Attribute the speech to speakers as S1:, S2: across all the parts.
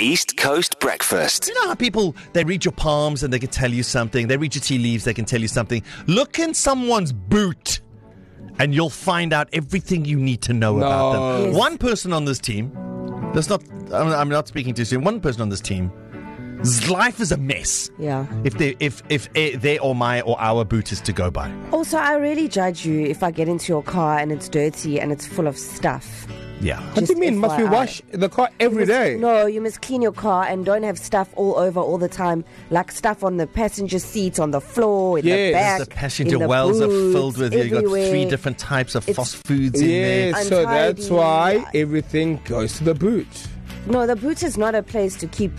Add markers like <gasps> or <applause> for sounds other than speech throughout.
S1: East Coast Breakfast.
S2: You know how people they read your palms and they can tell you something. They read your tea leaves, they can tell you something. Look in someone's boot, and you'll find out everything you need to know about them.
S3: Yes.
S2: One person on this team, that's not. I'm, I'm not speaking too soon. One person on this team, s- life is a mess.
S3: Yeah.
S2: If they, if if eh, their or my or our boot is to go by,
S3: Also, I really judge you if I get into your car and it's dirty and it's full of stuff.
S2: yeah.
S4: What do you
S3: Just
S4: mean? Must we
S3: FYI.
S4: wash the car every day?
S3: No, you must clean your car and don't have stuff all over all the time, like stuff on the passenger seat, on the floor, in the
S4: Yes.
S3: back.
S2: The
S3: in
S2: passenger
S3: the
S2: wells are
S3: boots,
S2: filled with you. You've got
S3: everywhere.
S2: three different types of fast foods in there.
S4: Yes, so that's
S3: Untidy.
S4: why everything goes to the boot.
S3: No, the boot is not a place to keep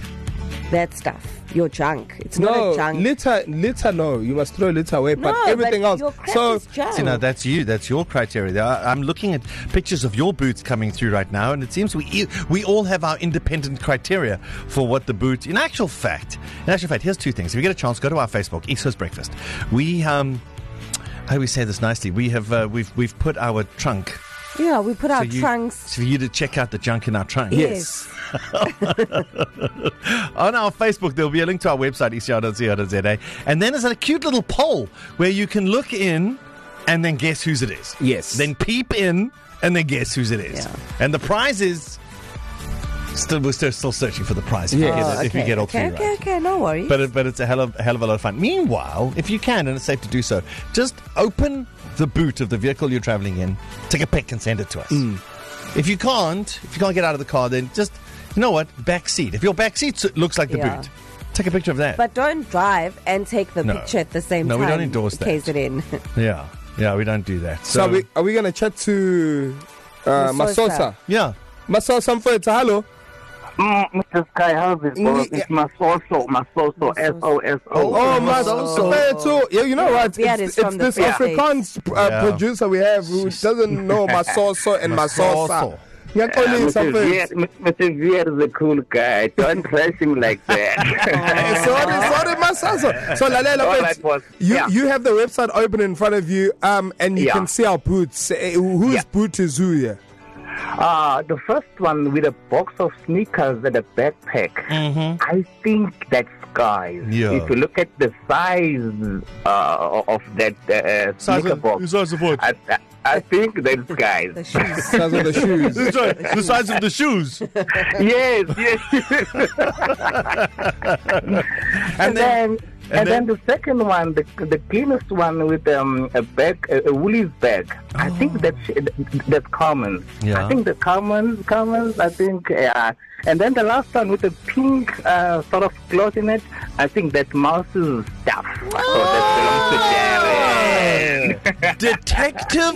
S3: that stuff. Your junk. It's not
S4: No,
S3: a junk.
S4: litter, litter. No, you must throw litter away.
S3: no,
S4: but everything else.
S3: Your crap
S4: so
S3: is junk.
S2: You know, that's you. That's your criteria. there. I- I'm looking at pictures of your boots coming through right now, and it seems we e- we all have our independent criteria for what the boot. In actual fact, in actual fact, here's two things. If you get a chance, go to our Facebook, East Coast Breakfast. We um, how do we say this nicely? We have uh, we've we've put our trunk.
S3: yeah, we put our
S2: for you-
S3: trunks.
S2: for you to check out the junk in our trunk.
S3: Yes.
S2: <gasps> on our Facebook, there'll be a link to our website, ecr.co.za. And then there's a cute little poll where you can look in and then guess whose it is.
S4: Yes.
S2: Then peep in and then guess whose it is.
S3: Yeah.
S2: And the prize is. Still, we're still, still searching for the prize if, we,
S4: Yes.
S3: Oh,
S2: get it,
S3: okay.
S2: if we get all
S3: okay,
S2: three
S3: okay,
S2: right.
S3: okay, no worries.
S2: But, it, but it's a hell of, hell of a lot of fun. Meanwhile, if you can, and it's safe to do so, just open the boot of the vehicle you're traveling in, take a pic, and send it to us. If you can't, if you can't get out of the car, then just, you know what, back seat. If your back seat s- looks like the
S3: Yeah.
S2: boot, take a picture of that.
S3: But don't drive and take the
S2: No.
S3: picture at the same
S2: No, we
S3: time.
S2: don't endorse that.
S3: KZN.
S2: yeah, yeah, we don't do that.
S4: So
S2: So,
S4: are we, are we gonna chat to uh, Masosa?
S3: Masosa.
S2: yeah.
S4: Masosa Mfethu, hello.
S5: Mm, Mr. Sky, how's it going?
S4: yeah.
S5: It's my soso, my soso, S O S O.
S4: Oh,
S2: Masosa.
S4: Masosa Mfethu. Yeah, you know what?
S3: Yeah,
S4: It's,
S3: it's
S4: it's
S3: from the
S4: this
S3: Free
S4: Afrikaans uh,
S2: Yeah.
S4: producer we have who doesn't know Masosa
S2: <laughs>
S4: and Masosa.
S2: Masosa.
S4: Ngiyaxolisa
S5: Mr. Vier,
S4: Mfethu.
S5: Mr. Vier is a cool guy. Don't trash him like that.
S4: Eh, Sorry,
S5: <laughs>
S4: sorry, Masosa. So Lalela,
S5: All
S4: Mfethu,
S5: right, boss.
S4: you
S5: Yeah.
S4: you have the website open in front of you, um, and you
S5: Yeah.
S4: can see our boots. Eh, Whose
S5: Yeah.
S4: boot is who here?
S5: uh, the first one with a box of sneakers and a backpack. I think that's Sky.
S2: Yeah.
S5: If you look at the size uh, of that uh, sneaker box,
S2: size of what?
S5: I, I, I think that's Sky.
S3: <laughs> the shoes. <laughs>
S4: Size of the <laughs> shoes.
S2: the size of the shoes.
S5: yes, yes. <laughs>
S2: And
S5: and
S2: then,
S5: then, and, then, the second one, the, the cleanest one with um, a bag, a, a woolly's bag. I think that's that's common.
S2: Yeah.
S5: I think the common, common. I think yeah. And then the last one with the pink uh, sort of cloth in it. I think that mouse's stuff. So that belongs to Darren.
S2: Detective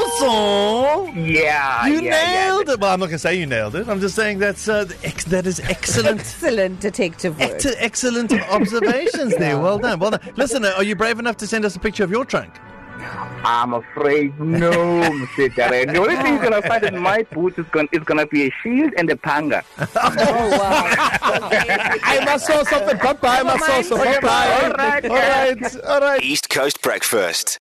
S2: Masoso.
S5: Yeah.
S2: You
S5: yeah,
S2: nailed
S5: yeah.
S2: it. Well, I'm not going to say you nailed it. I'm just saying that's uh, the ex- that is
S5: <laughs>
S2: excellent.
S3: Excellent detective work.
S2: Ex- excellent observations
S5: <laughs>
S2: there. Well done. Well done. Listen, uh, are you brave enough to send us a picture of your trunk?
S5: I'm afraid no, Mr. Darren. The only thing you're gonna find in my boot is gonna is gonna be a shield and a panga.
S3: oh, wow.
S4: I must saw something. Bye bye, I must saw something. Bye bye.
S5: All right.
S4: All right. All right.
S1: East Coast Breakfast.